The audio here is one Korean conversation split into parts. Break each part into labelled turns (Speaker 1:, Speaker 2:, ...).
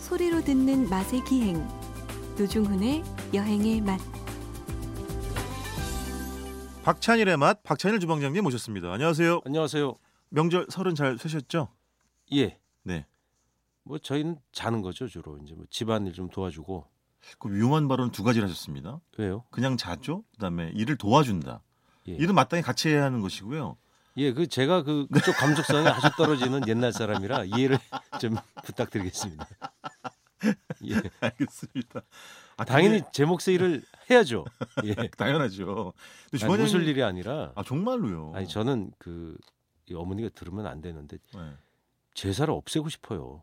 Speaker 1: 소리로 듣는 맛의 기행 노중훈의 여행의 맛
Speaker 2: 박찬일의 맛 박찬일 주방장님 모셨습니다. 안녕하세요.
Speaker 3: 안녕하세요.
Speaker 2: 명절 설은 잘 쇠셨죠?
Speaker 3: 예.
Speaker 2: 네.
Speaker 3: 뭐 저희는 자는 거죠 주로 이제 뭐 집안일 좀 도와주고
Speaker 2: 그 위험한 발언 두 가지를 하셨습니다.
Speaker 3: 왜요?
Speaker 2: 그냥 자죠. 그다음에 일을 도와준다.
Speaker 3: 예.
Speaker 2: 일은 마땅히 같이 해야 하는 것이고요.
Speaker 3: 예, 그 제가 그 그쪽 감정성이 아주 떨어지는 옛날 사람이라 이해를 좀 부탁드리겠습니다. 예,
Speaker 2: 알겠습니다. 아,
Speaker 3: 당연히
Speaker 2: 그게
Speaker 3: 제 몫의 일을 해야죠. 예,
Speaker 2: 당연하죠. 근데
Speaker 3: 아니,
Speaker 2: 주방장님
Speaker 3: 웃을 일이 아니라
Speaker 2: 아 정말로요.
Speaker 3: 아니 저는 그이 어머니가 들으면 안 되는데
Speaker 2: 네.
Speaker 3: 제사를 없애고 싶어요.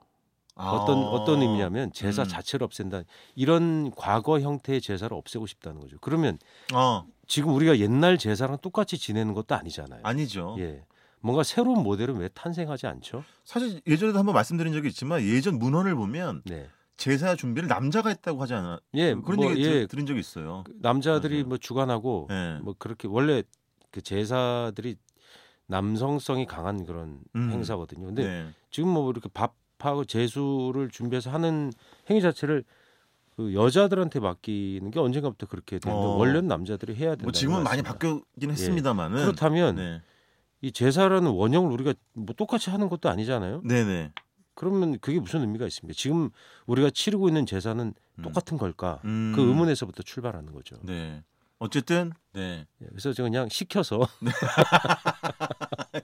Speaker 2: 아.
Speaker 3: 어떤 어떤 의미냐면 제사
Speaker 2: 음.
Speaker 3: 자체를 없앤다 이런 과거 형태의 제사를 없애고 싶다는 거죠. 그러면
Speaker 2: 아
Speaker 3: 지금 우리가 옛날 제사랑 똑같이 지내는 것도 아니잖아요.
Speaker 2: 아니죠.
Speaker 3: 예. 뭔가 새로운 모델은 왜 탄생하지 않죠?
Speaker 2: 사실 예전에도 한번 말씀드린 적이 있지만 예전 문헌을 보면
Speaker 3: 네.
Speaker 2: 제사 준비를 남자가 했다고 하지 않아
Speaker 3: 예,
Speaker 2: 그런
Speaker 3: 뭐,
Speaker 2: 얘기
Speaker 3: 예,
Speaker 2: 들, 들은 적이 있어요.
Speaker 3: 그 남자들이
Speaker 2: 맞아요.
Speaker 3: 뭐 주관하고
Speaker 2: 예.
Speaker 3: 뭐 그렇게 원래 그 제사들이 남성성이 강한 그런
Speaker 2: 음.
Speaker 3: 행사거든요. 근데
Speaker 2: 네.
Speaker 3: 지금 뭐 이렇게 밥하고 제수를 준비해서 하는 행위 자체를 그 여자들한테 맡기는 게 언젠가부터 그렇게 됐는데
Speaker 2: 어.
Speaker 3: 원래는 남자들이 해야 된다. 예.
Speaker 2: 뭐 지금은 많이 바뀌긴 했습니다만은
Speaker 3: 그렇다면
Speaker 2: 네.
Speaker 3: 이 제사라는 원형을 우리가 뭐 똑같이 하는 것도 아니잖아요.
Speaker 2: 네네.
Speaker 3: 그러면 그게 무슨 의미가 있습니까? 지금 우리가 치르고 있는 제사는
Speaker 2: 음.
Speaker 3: 똑같은 걸까?
Speaker 2: 음.
Speaker 3: 그 의문에서부터 출발하는 거죠.
Speaker 2: 네. 어쨌든 네.
Speaker 3: 예, 그래서 제가 그냥 시켜서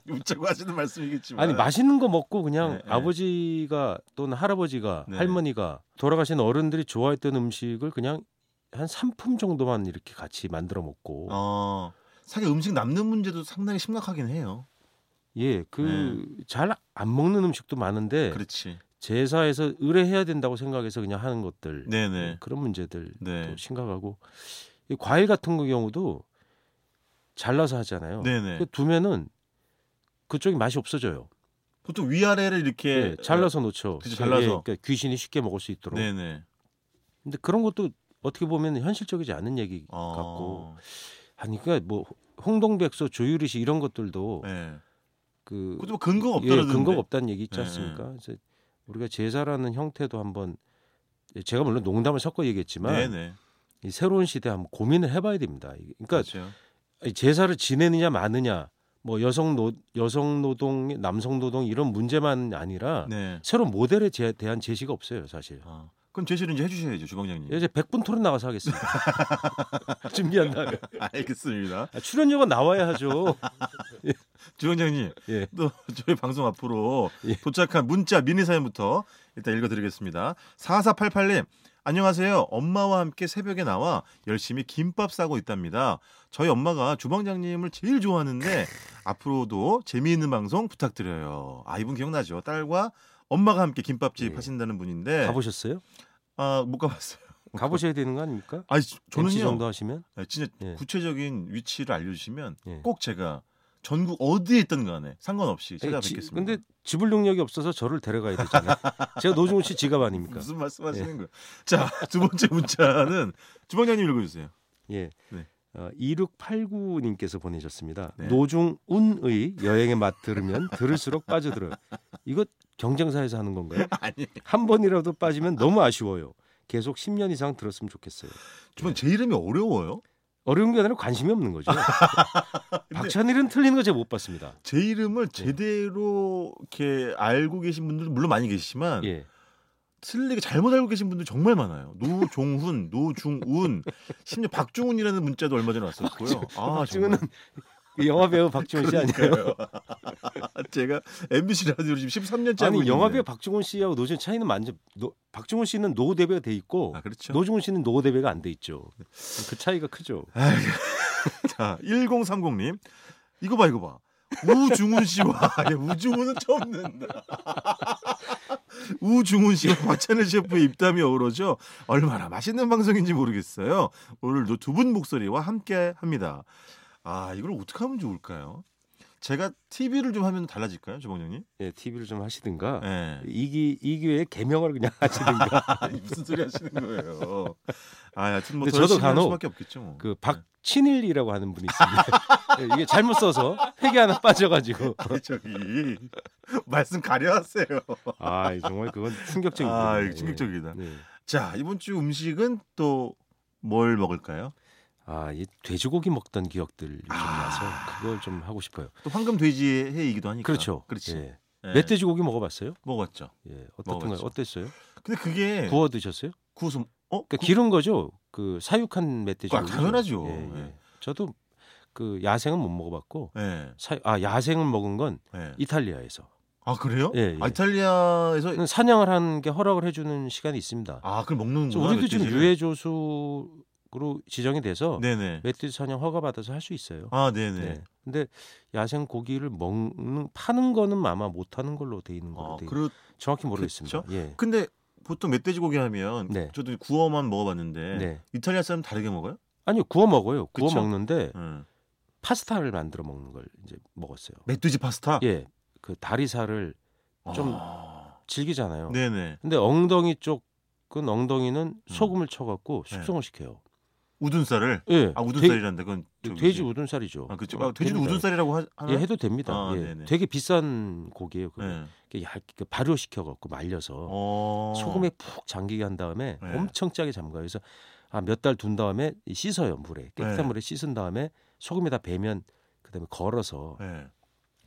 Speaker 2: 웃자고 하시는 말씀이겠지만
Speaker 3: 아니 맛있는 거 먹고 그냥
Speaker 2: 네, 네.
Speaker 3: 아버지가 또는 할아버지가
Speaker 2: 네.
Speaker 3: 할머니가 돌아가신 어른들이 좋아했던 음식을 그냥 한 상품 정도만 이렇게 같이 만들어 먹고
Speaker 2: 어. 사실 음식 남는 문제도 상당히 심각하긴 해요.
Speaker 3: 예 그 잘 안 먹는 음식도 많은데
Speaker 2: 네. 그렇지.
Speaker 3: 제사에서 의뢰해야 된다고 생각해서 그냥 하는 것들
Speaker 2: 네네.
Speaker 3: 그런 문제들
Speaker 2: 네.
Speaker 3: 음. 또 심각하고 이 과일 같은 거 경우도 잘라서 하잖아요.
Speaker 2: 네네.
Speaker 3: 그 두면은 그쪽이 맛이 없어져요.
Speaker 2: 보통 위아래를 이렇게
Speaker 3: 예, 잘라서 놓죠.
Speaker 2: 어, 그치, 잘라서.
Speaker 3: 예, 그러니까 귀신이 쉽게 먹을 수 있도록.
Speaker 2: 네네.
Speaker 3: 근데 그런 것도 어떻게 보면 현실적이지 않은 얘기
Speaker 2: 어.
Speaker 3: 같고. 아니 그러니까 뭐 홍동백서, 조유리시 이런 것들도
Speaker 2: 네.
Speaker 3: 그
Speaker 2: 그것도 뭐 근거가
Speaker 3: 예,
Speaker 2: 없다라는
Speaker 3: 근거가 없다는 얘기 있지
Speaker 2: 예,
Speaker 3: 않습니까? 그래서 우리가 제사라는 형태도 한번 예, 제가 물론 농담을 섞어 얘기했지만
Speaker 2: 네네.
Speaker 3: 이 새로운 시대에 한번 고민을 해봐야 됩니다. 이게- 그러니까
Speaker 2: 그렇죠.
Speaker 3: 이 제사를 지내느냐 마느냐 뭐 여성 노 여성 노동 남성 노동 이런 문제만 아니라
Speaker 2: 네.
Speaker 3: 새로운 모델에 제- 대한 제시가 없어요 사실
Speaker 2: 아, 그럼 제시를 이제 해주셔야죠, 주방장님.
Speaker 3: 이제 100분 토론 나가서 하겠습니다 준비한 다음에
Speaker 2: 알겠습니다.
Speaker 3: 아, 출연료가 나와야 하죠
Speaker 2: 주방장님,
Speaker 3: 예.
Speaker 2: 또 저희 방송 앞으로
Speaker 3: 예.
Speaker 2: 도착한 문자 미니 사연부터 일단 읽어드리겠습니다. 4488님, 안녕하세요. 엄마와 함께 새벽에 나와 열심히 김밥 싸고 있답니다. 저희 엄마가 주방장님을 제일 좋아하는데 앞으로도 재미있는 방송 부탁드려요. 아, 이분 기억나죠? 딸과 엄마가 함께 김밥집
Speaker 3: 예.
Speaker 2: 하신다는 분인데
Speaker 3: 가보셨어요
Speaker 2: 아, 못 가봤어요.
Speaker 3: 가보셔야 되는 거 아닙니까
Speaker 2: 아니,
Speaker 3: MC
Speaker 2: 저는요.
Speaker 3: 정도 하시면
Speaker 2: 아, 진짜
Speaker 3: 예.
Speaker 2: 구체적인 위치를 알려주시면
Speaker 3: 예.
Speaker 2: 꼭 제가 전국 어디에 있던 간에 상관없이
Speaker 3: 아니, 네, 지-
Speaker 2: 찾아뵙겠습니다.
Speaker 3: 근데 지불 능력이 없어서 저를 데려가야 되잖아요 제가 노중훈 씨 지갑 아닙니까
Speaker 2: 무슨 말씀하시는 거예요? 자, 두 번째 문자는 주방장님 읽어주세요.
Speaker 3: 예.
Speaker 2: 네.
Speaker 3: 어, 2689님께서 보내셨습니다.
Speaker 2: 네.
Speaker 3: 노중운의 여행의 맛 들으면 들을수록 빠져들어요. 이거 경쟁사에서 하는 건가요?
Speaker 2: 아니,
Speaker 3: 한 번이라도 빠지면 너무 아쉬워요. 계속 10년 이상 들었으면 좋겠어요.
Speaker 2: 주방 제 이름이 어려워요.
Speaker 3: 어려운 게 아니라 관심이 없는 거죠.
Speaker 2: 네.
Speaker 3: 박찬일은 틀리는 거 제가 못 봤습니다.
Speaker 2: 제
Speaker 3: 예.
Speaker 2: 이름을 제대로 이렇게 알고 계신 분들도 물론 많이 계시지만
Speaker 3: 예.
Speaker 2: 틀리게 잘못 알고 계신 분들 정말 많아요. 노종훈, 노중운, 심지어 박중훈이라는 문자도 얼마 전에 왔었고요. 아,
Speaker 3: 박중훈은 그 영화배우 박중훈 씨 아니에요?
Speaker 2: 그러니까요. 제가 MBC 라디오 지금 13년째 하고
Speaker 3: 아니
Speaker 2: 있는데.
Speaker 3: 영화배우 박중훈 씨하고 노중훈 차이는 완전 노, 박중훈 씨는 노후 대비가 돼 있고
Speaker 2: 아, 네. 그렇죠.
Speaker 3: 노중훈 씨는 노후 대비가 안 돼 있죠. 그 차이가 크죠.
Speaker 2: 아. 자, 1030님. 이거 봐, 이거 봐. 우중훈 씨와 예, 우중훈은 처음 듣는다. 우중훈 씨와 박찬일 셰프의 입담이 어우러져 얼마나 맛있는 방송인지 모르겠어요. 오늘도 두 분 목소리와 함께 합니다. 아, 이걸 어떻게 하면 좋을까요? 제가 TV를 좀 하면 달라질까요, 주방장님?
Speaker 3: 예, TV를 좀 하시든가
Speaker 2: 예.
Speaker 3: 이기 이 기회에 개명을 그냥 하시든가
Speaker 2: 아니, 무슨 소리 하시는 거예요? 아, 하여튼 뭐
Speaker 3: 근데
Speaker 2: 저도
Speaker 3: 저도
Speaker 2: 간
Speaker 3: 간혹
Speaker 2: 수밖에 없겠죠. 뭐.
Speaker 3: 그 박친일이라고 하는 분이 있습니다. 예, 이게 잘못 써서 회계 하나 빠져가지고
Speaker 2: 아니, 저기 말씀 가려하세요.
Speaker 3: 아 정말 그건 충격적인
Speaker 2: 아,
Speaker 3: 거예요.
Speaker 2: 이거 충격적이다.
Speaker 3: 예. 네.
Speaker 2: 자, 이번 주 음식은 또 뭘 먹을까요?
Speaker 3: 아, 이 돼지고기 먹던 기억들 좀 나서
Speaker 2: 아.
Speaker 3: 그걸 좀 하고 싶어요.
Speaker 2: 또 황금 돼지의 해이기도 하니까.
Speaker 3: 그렇죠.
Speaker 2: 그렇지.
Speaker 3: 예.
Speaker 2: 예,
Speaker 3: 멧돼지고기 먹어봤어요?
Speaker 2: 먹었죠.
Speaker 3: 예, 어떻던가요?
Speaker 2: 먹어봤죠.
Speaker 3: 어땠어요?
Speaker 2: 근데 그게
Speaker 3: 구워 드셨어요?
Speaker 2: 구워서 어?
Speaker 3: 그러니까 기른 거죠. 그 사육한 멧돼지고기.
Speaker 2: 아, 당연하죠.
Speaker 3: 예, 예.
Speaker 2: 예.
Speaker 3: 저도 그 야생은 못 먹어봤고
Speaker 2: 예.
Speaker 3: 사, 아 야생을 먹은 건
Speaker 2: 예.
Speaker 3: 이탈리아에서
Speaker 2: 아, 그래요?
Speaker 3: 예, 그 예.
Speaker 2: 아, 이탈리아에서
Speaker 3: 사냥을 하는 게 허락을 해주는 시간이 있습니다.
Speaker 2: 아, 그걸 먹는
Speaker 3: 그래서
Speaker 2: 거야.
Speaker 3: 우리도 지금 유해 조수로 지정이 돼서
Speaker 2: 네, 네.
Speaker 3: 멧돼지 사냥 허가 받아서 할 수 있어요.
Speaker 2: 아, 네,
Speaker 3: 네.
Speaker 2: 네.
Speaker 3: 근데 야생 고기를 먹는 파는 거는 아마 못 하는 걸로 돼 있는 걸로
Speaker 2: 아,
Speaker 3: 돼.
Speaker 2: 그렇 그렇죠?
Speaker 3: 정확히 모르겠습니다. 예.
Speaker 2: 근데 보통 멧돼지 고기 하면
Speaker 3: 네.
Speaker 2: 저도 구워만 먹어봤는데
Speaker 3: 네.
Speaker 2: 이탈리아 사람 다르게 먹어요? 예.
Speaker 3: 아니요, 구워 먹어요. 구워
Speaker 2: 그쵸?
Speaker 3: 먹는데
Speaker 2: 응.
Speaker 3: 파스타를 만들어 먹는 걸 이제 먹었어요.
Speaker 2: 멧돼지 파스타.
Speaker 3: 예. 그 다리살을 좀-
Speaker 2: 아.
Speaker 3: 질기잖아요.
Speaker 2: 네네. 음.
Speaker 3: 근데 엉덩이 쪽은 엉덩이는 소금을 쳐 갖고
Speaker 2: 네.
Speaker 3: 숙성을 시켜요.
Speaker 2: 우둔살을.
Speaker 3: 예.
Speaker 2: 아 우둔살이란다. 그건
Speaker 3: 돼,
Speaker 2: 저기지.
Speaker 3: 돼지 우둔살이죠.
Speaker 2: 아, 그쵸.
Speaker 3: 어,
Speaker 2: 아, 돼지도
Speaker 3: 됩니다.
Speaker 2: 우둔살이라고 하, 하나?
Speaker 3: 예, 해도 됩니다.
Speaker 2: 아,
Speaker 3: 예.
Speaker 2: 네네.
Speaker 3: 되게 비싼 고기예요. 그거.
Speaker 2: 네.
Speaker 3: 이렇게 얇게 발효시켜 갖고 말려서
Speaker 2: 어.
Speaker 3: 소금에 푹 잠기게 한 다음에
Speaker 2: 네.
Speaker 3: 엄청 짜게 잠가요. 그래서 아, 몇 달 둔 다음에 이 씻어요 물에 깨끗한
Speaker 2: 네.
Speaker 3: 물에 씻은 다음에 소금에다 배면 그다음에 걸어서
Speaker 2: 네.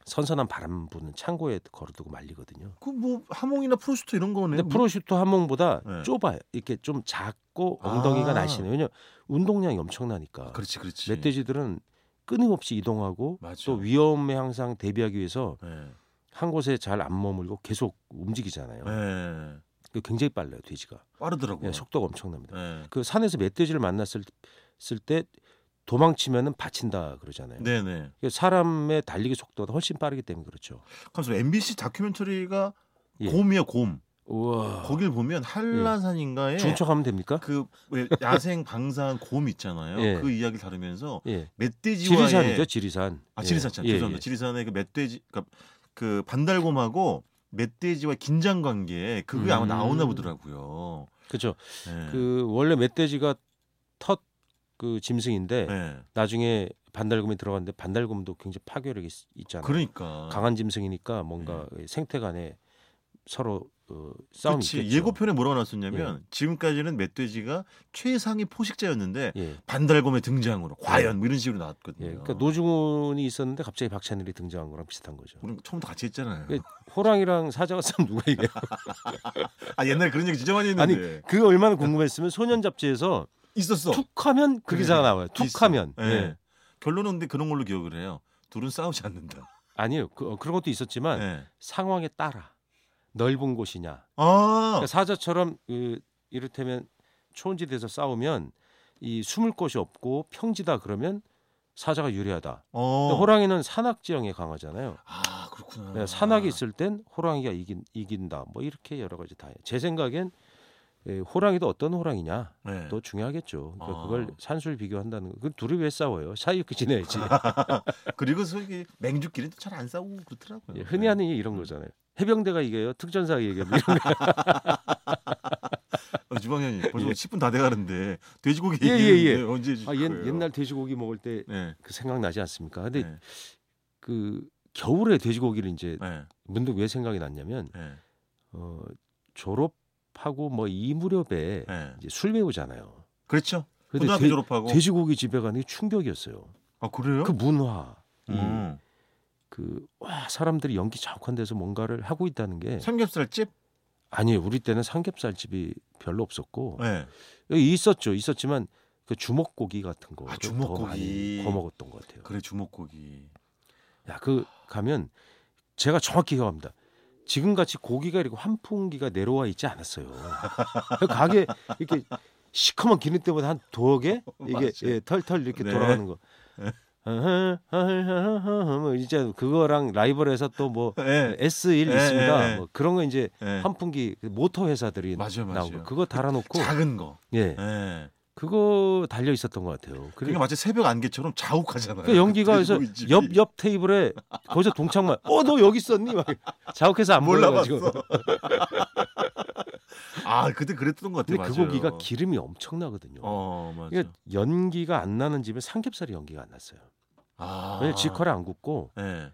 Speaker 3: 선선한 바람 부는 창고에 걸어두고 말리거든요.
Speaker 2: 그뭐 하몽이나 프로스트 이런 거네. 뭐
Speaker 3: 근데 프로슈토 한몸보다
Speaker 2: 네.
Speaker 3: 좁아요. 이렇게 좀 작고 엉덩이가
Speaker 2: 아.
Speaker 3: 날씬해요. 왜냐 면 운동량이 엄청나니까
Speaker 2: 그렇지, 그렇지.
Speaker 3: 멧돼지들은 끊임없이 이동하고
Speaker 2: 맞아.
Speaker 3: 또 위험에 항상 대비하기 위해서
Speaker 2: 네.
Speaker 3: 한 곳에 잘 안 머물고 계속 움직이잖아요.
Speaker 2: 네.
Speaker 3: 그 굉장히 빨라요 돼지가
Speaker 2: 빠르더라고.
Speaker 3: 예, 속도가 엄청납니다.
Speaker 2: 네.
Speaker 3: 그 산에서 멧돼지를 만났을 쓸때 도망치면은 바친다 그러잖아요.
Speaker 2: 네네.
Speaker 3: 그러니까 사람의 달리기 속도가 훨씬 빠르기 때문에 그렇죠.
Speaker 2: 그래서 MBC 다큐멘터리가
Speaker 3: 예.
Speaker 2: 곰이야 곰.
Speaker 3: 우와.
Speaker 2: 거길 보면 한라산인가에
Speaker 3: 중척하면 됩니까?
Speaker 2: 네. 그왜 야생 방사한 곰 있잖아요.
Speaker 3: 예.
Speaker 2: 그 이야기를 다루면서
Speaker 3: 예.
Speaker 2: 멧돼지와의
Speaker 3: 지리산이죠, 지리산.
Speaker 2: 아 지리산 참
Speaker 3: 예,
Speaker 2: 죄송합니다. 지리산의 그 멧돼지 그러니까 그 반달곰하고 멧돼지와 긴장 관계에 그게 아마
Speaker 3: 음.
Speaker 2: 나오나 보더라고요.
Speaker 3: 예. 그렇죠.
Speaker 2: 네.
Speaker 3: 그 원래 멧돼지가 텃 그 짐승인데
Speaker 2: 네.
Speaker 3: 나중에 반달곰이 들어갔는데 반달곰도 굉장히 파괴력이 있- 있잖아요.
Speaker 2: 그러니까
Speaker 3: 강한 짐승이니까 뭔가 생태 간에 서로 어, 싸움이
Speaker 2: 예. 그치.
Speaker 3: 있겠죠.
Speaker 2: 예고편에 뭐라고 나왔었냐면 지금까지는 멧돼지가 최상위 포식자였는데
Speaker 3: 예.
Speaker 2: 반달곰의 등장으로 과연 뭐 이런 식으로
Speaker 3: 예,
Speaker 2: 나왔거든요.
Speaker 3: 그러니까 노중훈이 있었는데 갑자기 박찬일이 등장한 거랑 비슷한 거죠.
Speaker 2: 우리 처음부터 같이 했잖아요.
Speaker 3: 예. 호랑이랑 사자가 싸움 누가 이겨?
Speaker 2: 아 옛날에 그런 얘기 진짜 많이 했는데
Speaker 3: 그 얼마나 궁금했으면 소년 잡지에서
Speaker 2: 있었어.
Speaker 3: 툭하면 그
Speaker 2: 그래.
Speaker 3: 기사가 나와요.
Speaker 2: 있어.
Speaker 3: 툭하면.
Speaker 2: 예.
Speaker 3: 예.
Speaker 2: 결론은 근데 그런 걸로 기억을 해요. 둘은 싸우지 않는다.
Speaker 3: 아니요, 그, 어, 그런 것도 있었지만
Speaker 2: 예.
Speaker 3: 상황에 따라 넓은 곳이냐.
Speaker 2: 아,
Speaker 3: 그러니까 사자처럼 그, 이를테면 초원지대에서 싸우면 이 숨을 곳이 없고 평지다 그러면 사자가 유리하다.
Speaker 2: 어.
Speaker 3: 근데 호랑이는 산악 지형에 강하잖아요.
Speaker 2: 아 그렇구나.
Speaker 3: 네, 산악이 있을 땐 호랑이가 이긴, 이긴다. 뭐 이렇게 여러 가지 다. 해요. 제 생각엔 에, 호랑이도 어떤 호랑이냐
Speaker 2: 네.
Speaker 3: 더 중요하겠죠. 그러니까
Speaker 2: 아.
Speaker 3: 그걸 산술 비교한다는 거. 그 둘이 왜 싸워요? 사이좋게 지내야지.
Speaker 2: 그리고 솔직히 맹주끼리 잘 안 싸우고 그렇더라고요.
Speaker 3: 예, 흔히 하는 게 이런 거잖아요. 해병대가 이겨요. 특전사가 이겨요. 뭐 이런 거.
Speaker 2: 어, 주방장님 벌써 10분 다 돼가는데 돼지고기
Speaker 3: 예, 예,
Speaker 2: 얘기했는데
Speaker 3: 예.
Speaker 2: 언제 해주실
Speaker 3: 아,
Speaker 2: 거예요?
Speaker 3: 옛, 옛날 돼지고기 먹을 때 그
Speaker 2: 네.
Speaker 3: 생각나지 않습니까? 근데
Speaker 2: 네.
Speaker 3: 그 겨울에 돼지고기를 이제
Speaker 2: 네.
Speaker 3: 문득 왜 생각이 났냐면
Speaker 2: 네.
Speaker 3: 어, 졸업하고 뭐 이 무렵에
Speaker 2: 네.
Speaker 3: 이제 술 배우잖아요.
Speaker 2: 그렇죠.
Speaker 3: 근데
Speaker 2: 고등학교
Speaker 3: 돼-
Speaker 2: 졸업하고.
Speaker 3: 돼지고기 집에 가는 게 충격이었어요.
Speaker 2: 아 그래요?
Speaker 3: 그 문화,
Speaker 2: 음.
Speaker 3: 그와 사람들이 연기 자욱한 데서 뭔가를 하고 있다는 게
Speaker 2: 삼겹살 집?
Speaker 3: 아니에요. 우리 때는 삼겹살 집이 별로 없었고
Speaker 2: 네.
Speaker 3: 여기 있었죠. 있었지만 그 주먹고기 같은 거
Speaker 2: 아,
Speaker 3: 더
Speaker 2: 주먹고기.
Speaker 3: 많이 구워 먹었던 것 같아요.
Speaker 2: 그래 주먹고기.
Speaker 3: 야, 그 가면 제가 정확히 기억합니다. 지금 같이 고기가 이렇게 환풍기가 내려와 있지 않았어요. 그 가게 이렇게 시커먼 기름때보다 한 두어 개 이게
Speaker 2: 맞아요.
Speaker 3: 예, 털털 이렇게
Speaker 2: 네.
Speaker 3: 돌아가는 거. 뭐 이제 그거랑 라이벌에서 또 뭐
Speaker 2: 네.
Speaker 3: S1
Speaker 2: 네,
Speaker 3: 있습니다.
Speaker 2: 네.
Speaker 3: 뭐 그런 거 이제
Speaker 2: 네.
Speaker 3: 환풍기 그 모터 회사들이
Speaker 2: 맞아요,
Speaker 3: 나오고
Speaker 2: 맞아요.
Speaker 3: 그거 달아놓고
Speaker 2: 작은 거.
Speaker 3: 예.
Speaker 2: 네.
Speaker 3: 그거 달려 있었던 것 같아요. 그리-
Speaker 2: 그러니까 마치 새벽 안개처럼 자욱하잖아요.
Speaker 3: 그러니까 연기가 그래서
Speaker 2: 들고 네, 있지.
Speaker 3: 옆 옆 테이블에 거기서 동창만 어 너 여기 있었니? 막 자욱해서 안 보여가지고.
Speaker 2: 몰라봤어. 아 그때 그랬던 것 같아요.
Speaker 3: 근데 그
Speaker 2: 맞아요.
Speaker 3: 고기가 기름이 엄청나거든요.
Speaker 2: 어 맞아.
Speaker 3: 그러니까 연기가 안 나는 집에 삼겹살 연기가 안 났어요.
Speaker 2: 아
Speaker 3: 왜냐 지컬에 안 굽고
Speaker 2: 네.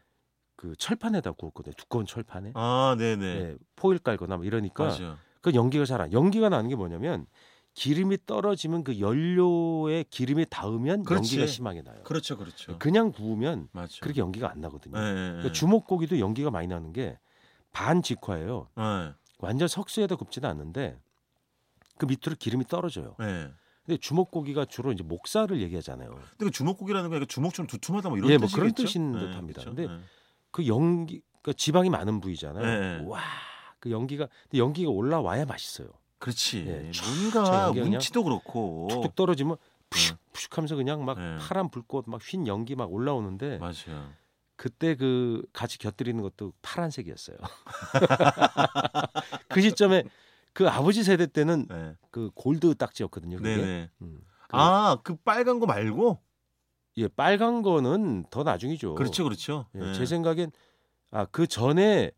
Speaker 3: 그 철판에다 구웠거든요. 두꺼운 철판에
Speaker 2: 아 네네.
Speaker 3: 예, 포일 깔거나 뭐 이러니까
Speaker 2: 맞아요.
Speaker 3: 그 연기가 잘 안. 연기가 나는 게 뭐냐면 기름이 떨어지면 그 연료에 기름이 닿으면
Speaker 2: 그렇지.
Speaker 3: 연기가 심하게 나요.
Speaker 2: 그렇죠 그렇죠.
Speaker 3: 그냥 구우면
Speaker 2: 맞죠.
Speaker 3: 그렇게 연기가 안 나거든요.
Speaker 2: 예, 예, 예.
Speaker 3: 그러니까 주먹고기도 연기가 많이 나는 게 반 직화예요.
Speaker 2: 예,
Speaker 3: 완전 석쇠에다 굽지는 않는데 그 밑으로 기름이 떨어져요.
Speaker 2: 예.
Speaker 3: 근데 주먹고기가 주로 이제 목살을 얘기하잖아요.
Speaker 2: 근데 그 주먹고기라는 거가 주먹처럼 두툼하다 뭐 이런
Speaker 3: 예, 뭐
Speaker 2: 뜻이겠죠. 그렇죠? 예.
Speaker 3: 그런 뜻인 듯합니다. 근데 그 연기 그러니까 지방이 많은 부위잖아요.
Speaker 2: 네.
Speaker 3: 와, 그 연기가 근데 연기가 올라와야 맛있어요.
Speaker 2: 그렇지.
Speaker 3: 예, 저
Speaker 2: 뭔가
Speaker 3: 연기 그냥
Speaker 2: 운치도 그렇고.
Speaker 3: 툭툭 떨어지면 푸슉
Speaker 2: 네.
Speaker 3: 푸슉하면서 그냥 막
Speaker 2: 네.
Speaker 3: 파란 불꽃 막 흰 연기 막 올라오는데
Speaker 2: 맞아요.
Speaker 3: 그때 그 같이 곁들이는 것도 파란색이었어요. 그 시점에 그 아버지 세대 때는
Speaker 2: 네.
Speaker 3: 그 골드 딱지였거든요. 그게.
Speaker 2: 네네.
Speaker 3: 음, 그
Speaker 2: 아그 빨간 거 말고.
Speaker 3: 예, 빨간 거는 더 나중이죠.
Speaker 2: 그렇죠 그렇죠.
Speaker 3: 예,
Speaker 2: 예.
Speaker 3: 제 생각엔 아 그 전에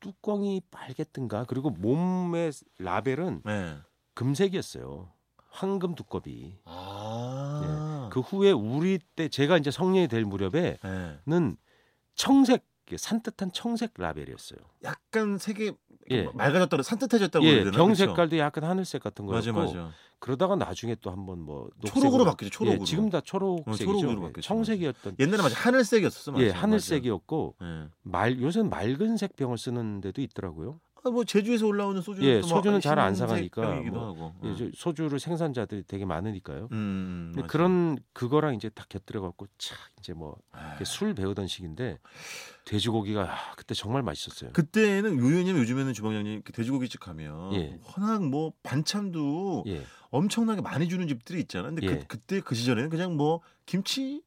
Speaker 3: 뚜껑이 빨갰던가 그리고 몸의 라벨은
Speaker 2: 예.
Speaker 3: 금색이었어요. 황금 두꺼비.
Speaker 2: 아.
Speaker 3: 그 후에 우리 때 제가 이제 성년이 될 무렵에는
Speaker 2: 예.
Speaker 3: 청색 산뜻한 청색 라벨이었어요.
Speaker 2: 약간 색이
Speaker 3: 예.
Speaker 2: 맑아졌다고 산뜻해졌다고
Speaker 3: 예,
Speaker 2: 뭐, 그래야 되나?
Speaker 3: 병
Speaker 2: 그쵸?
Speaker 3: 색깔도 약간 하늘색 같은 거였고
Speaker 2: 그렇죠. 맞아 맞아.
Speaker 3: 그러다가 나중에 또 한번 뭐 녹색으로-
Speaker 2: 초록으로 바뀌죠. 초록으로.
Speaker 3: 예, 지금 다
Speaker 2: 어,
Speaker 3: 초록색이죠.
Speaker 2: 초록으로
Speaker 3: 예,
Speaker 2: 바뀌었죠.
Speaker 3: 청색이었던
Speaker 2: 옛날에 맞아 하늘색이었었어. 맞아.
Speaker 3: 예, 하늘색이었고
Speaker 2: 맞아. 예.
Speaker 3: 말 요새는 맑은색 병을 쓰는 데도 있더라고요.
Speaker 2: 아, 뭐 제주에서 올라오는 소주는
Speaker 3: 예,
Speaker 2: 또 뭐
Speaker 3: 소주는 잘안
Speaker 2: 흰색
Speaker 3: 상하니까
Speaker 2: 병이기도
Speaker 3: 뭐,
Speaker 2: 하고. 네.
Speaker 3: 예, 저 소주를 생산자들이 되게 많으니까요.
Speaker 2: 음,
Speaker 3: 근데
Speaker 2: 맞아.
Speaker 3: 그런 그거랑 이제 딱 곁들여 갖고 착 이제 뭐
Speaker 2: 아.
Speaker 3: 이렇게 술 배우던 시기인데 돼지고기가 아, 그때 정말 맛있었어요.
Speaker 2: 그때는 요요님 요즘에는 주방장님 이렇게 돼지고기집 가면
Speaker 3: 예.
Speaker 2: 워낙 뭐 반찬도
Speaker 3: 예.
Speaker 2: 엄청나게 많이 주는 집들이 있잖아. 근데
Speaker 3: 예.
Speaker 2: 그, 그때 그 시절에는 그냥 뭐 김치,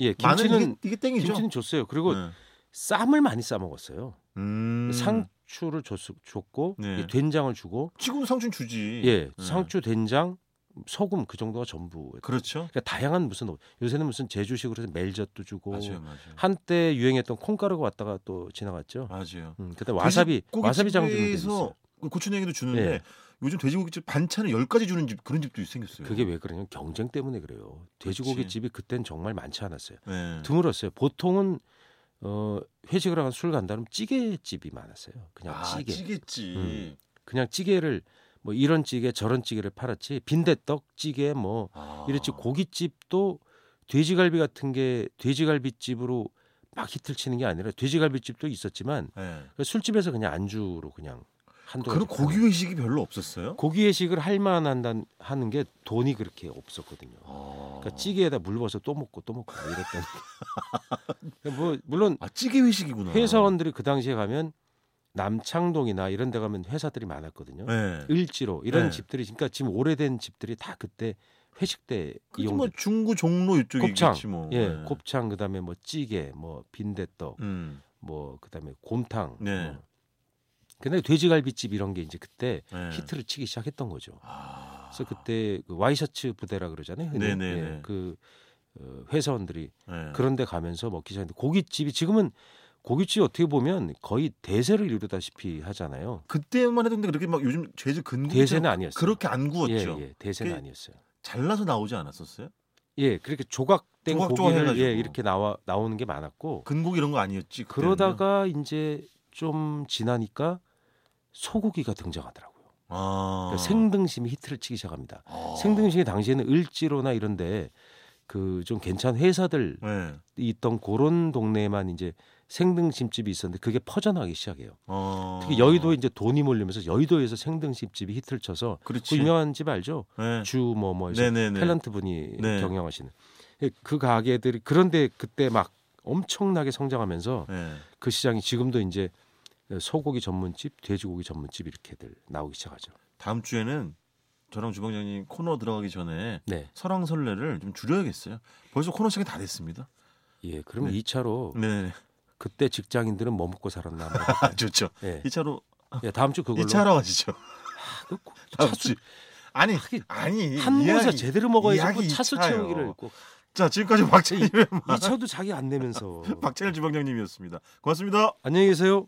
Speaker 3: 예,
Speaker 2: 마늘 이게,
Speaker 3: 김치는
Speaker 2: 이게 땡이죠.
Speaker 3: 김치는 줬어요. 그리고
Speaker 2: 네.
Speaker 3: 쌈을 많이 싸 먹었어요.
Speaker 2: 음.
Speaker 3: 상추를 줬, 줬고
Speaker 2: 네.
Speaker 3: 이 된장을 주고
Speaker 2: 지금 상추는 주지.
Speaker 3: 예,
Speaker 2: 네.
Speaker 3: 상추, 된장, 소금 그 정도가 전부. 그러니까
Speaker 2: 그렇죠.
Speaker 3: 다양한 무슨 오- 요새는 무슨 제주식으로 해서 멜젓도 주고
Speaker 2: 맞아요, 맞아요.
Speaker 3: 한때 유행했던 콩가루가 왔다가 또 지나갔죠.
Speaker 2: 맞아요.
Speaker 3: 음, 그때 와사비 와사비 장을 주는 데 있어요.
Speaker 2: 돼지고기집에서 그 고추냉이도 주는데
Speaker 3: 예.
Speaker 2: 요즘 돼지고기집 반찬을 열 가지 주는 집 그런 집도 생겼어요.
Speaker 3: 그게 왜 그러냐면 경쟁 때문에 그래요. 돼지고기 집이 그땐 정말 많지 않았어요.
Speaker 2: 예.
Speaker 3: 드물었어요. 보통은 어, 회식을 하거나 술 간다면 찌개 집이 많았어요. 그냥
Speaker 2: 아,
Speaker 3: 찌개,
Speaker 2: 찌개집.
Speaker 3: 음. 그냥 찌개를 뭐 이런 찌개 저런 찌개를 팔았지 빈대떡 찌개 뭐
Speaker 2: 아.
Speaker 3: 이랬지 고깃집도 돼지갈비 같은 게 돼지갈비 집으로 막 히트를 치는 게 아니라 돼지갈비 집도 있었지만
Speaker 2: 예.
Speaker 3: 그 술집에서 그냥 안주로 그냥 한동안
Speaker 2: 그런 고기 회식이 별로 없었어요?
Speaker 3: 고기 회식을 할 만한 하는 게 돈이 그렇게 없었거든요.
Speaker 2: 아.
Speaker 3: 그러니까 찌개에다 물 부어서 또 먹고 또 먹고 뭐 이랬던. 뭐 물론
Speaker 2: 아, 찌개 회식이구나.
Speaker 3: 회사원들이 그 당시에 가면 남창동이나 이런 데 가면 회사들이 많았거든요.
Speaker 2: 예.
Speaker 3: 을지로 이런
Speaker 2: 네.
Speaker 3: 집들이 그러니까 지금 오래된 집들이 다 그때 회식 때
Speaker 2: 그게
Speaker 3: 이용
Speaker 2: 뭐 중구 종로
Speaker 3: 곱창.
Speaker 2: 이쪽이겠지 뭐.
Speaker 3: 예, 곱창 그다음에 뭐 찌개, 뭐 빈대떡,
Speaker 2: 음.
Speaker 3: 뭐 그다음에 곰탕.
Speaker 2: 네.
Speaker 3: 뭐. 근데 돼지갈비집 이런 게 이제 그때
Speaker 2: 예.
Speaker 3: 히트를 치기 시작했던 거죠.
Speaker 2: 아.
Speaker 3: 그래서 그때 그 와이셔츠 부대라 그러잖아요. 흔히.
Speaker 2: 네네네.
Speaker 3: 예, 그 어, 회사원들이
Speaker 2: 예.
Speaker 3: 그런데 가면서 먹기 시작했는데 고깃집이 지금은 고깃집이 어떻게 보면 거의 대세를 이루다시피 하잖아요.
Speaker 2: 그때만 해도 근데 그렇게 막 요즘 죄질 근구
Speaker 3: 대세는 아니었어요.
Speaker 2: 그렇게 안 구웠죠.
Speaker 3: 예, 예, 대세는
Speaker 2: 그-
Speaker 3: 아니었어요.
Speaker 2: 잘라서 나오지 않았었어요?
Speaker 3: 예, 그렇게 조각된
Speaker 2: 조각조각
Speaker 3: 고기를
Speaker 2: 해가지고.
Speaker 3: 예, 이렇게 나와 나오는 게 많았고
Speaker 2: 근국 이런 거 아니었지. 그때는요?
Speaker 3: 그러다가 이제 좀 지나니까 소고기가 등장하더라고요.
Speaker 2: 아.
Speaker 3: 그러니까 생등심이 히트를 치기 시작합니다.
Speaker 2: 아.
Speaker 3: 생등심이 당시에는 을지로나 이런데 그 좀 괜찮은 회사들
Speaker 2: 예.
Speaker 3: 있던 그런 동네에만 이제 생등심집이 있었는데 그게 퍼져나기 시작해요.
Speaker 2: 어.
Speaker 3: 특히 여의도에 이제 돈이 몰리면서 여의도에서 생등심집이 히트를 쳐서
Speaker 2: 그렇지.
Speaker 3: 그 유명한 집 알죠?
Speaker 2: 예.
Speaker 3: 주 뭐뭐에서
Speaker 2: 네네네.
Speaker 3: 탤런트 분이
Speaker 2: 네.
Speaker 3: 경영하시는 그 가게들이 그런데 그때 막 엄청나게 성장하면서
Speaker 2: 예.
Speaker 3: 그 시장이 지금도 이제 소고기 전문집, 돼지고기 전문집 이렇게들 나오기 시작하죠.
Speaker 2: 다음 주에는 저랑 주방장님 코너 들어가기 전에
Speaker 3: 네.
Speaker 2: 설왕설래를 좀 줄여야겠어요. 벌써 코너 시간이 다 됐습니다.
Speaker 3: 예, 그럼
Speaker 2: 네.
Speaker 3: 이 2차로
Speaker 2: 네.
Speaker 3: 그때 직장인들은 뭐 먹고 살았나. 한번
Speaker 2: 아,
Speaker 3: 해볼까요?
Speaker 2: 좋죠.
Speaker 3: 예.
Speaker 2: 이차로
Speaker 3: 예, 다음 주 그걸로.
Speaker 2: 이차로 가시죠.
Speaker 3: 아, 그 고-
Speaker 2: 다음
Speaker 3: 차수-
Speaker 2: 주. 아니
Speaker 3: 하긴
Speaker 2: 아니
Speaker 3: 한 모사
Speaker 2: 이야기.
Speaker 3: 제대로 먹어야지 뭐
Speaker 2: 이야기
Speaker 3: 차수
Speaker 2: 차요.
Speaker 3: 채우기를 꼭.
Speaker 2: 자 지금까지 박채일
Speaker 3: 이 차도 자기 안 내면서.
Speaker 2: 박채일 주방장님이었습니다. 고맙습니다.
Speaker 3: 안녕히 계세요.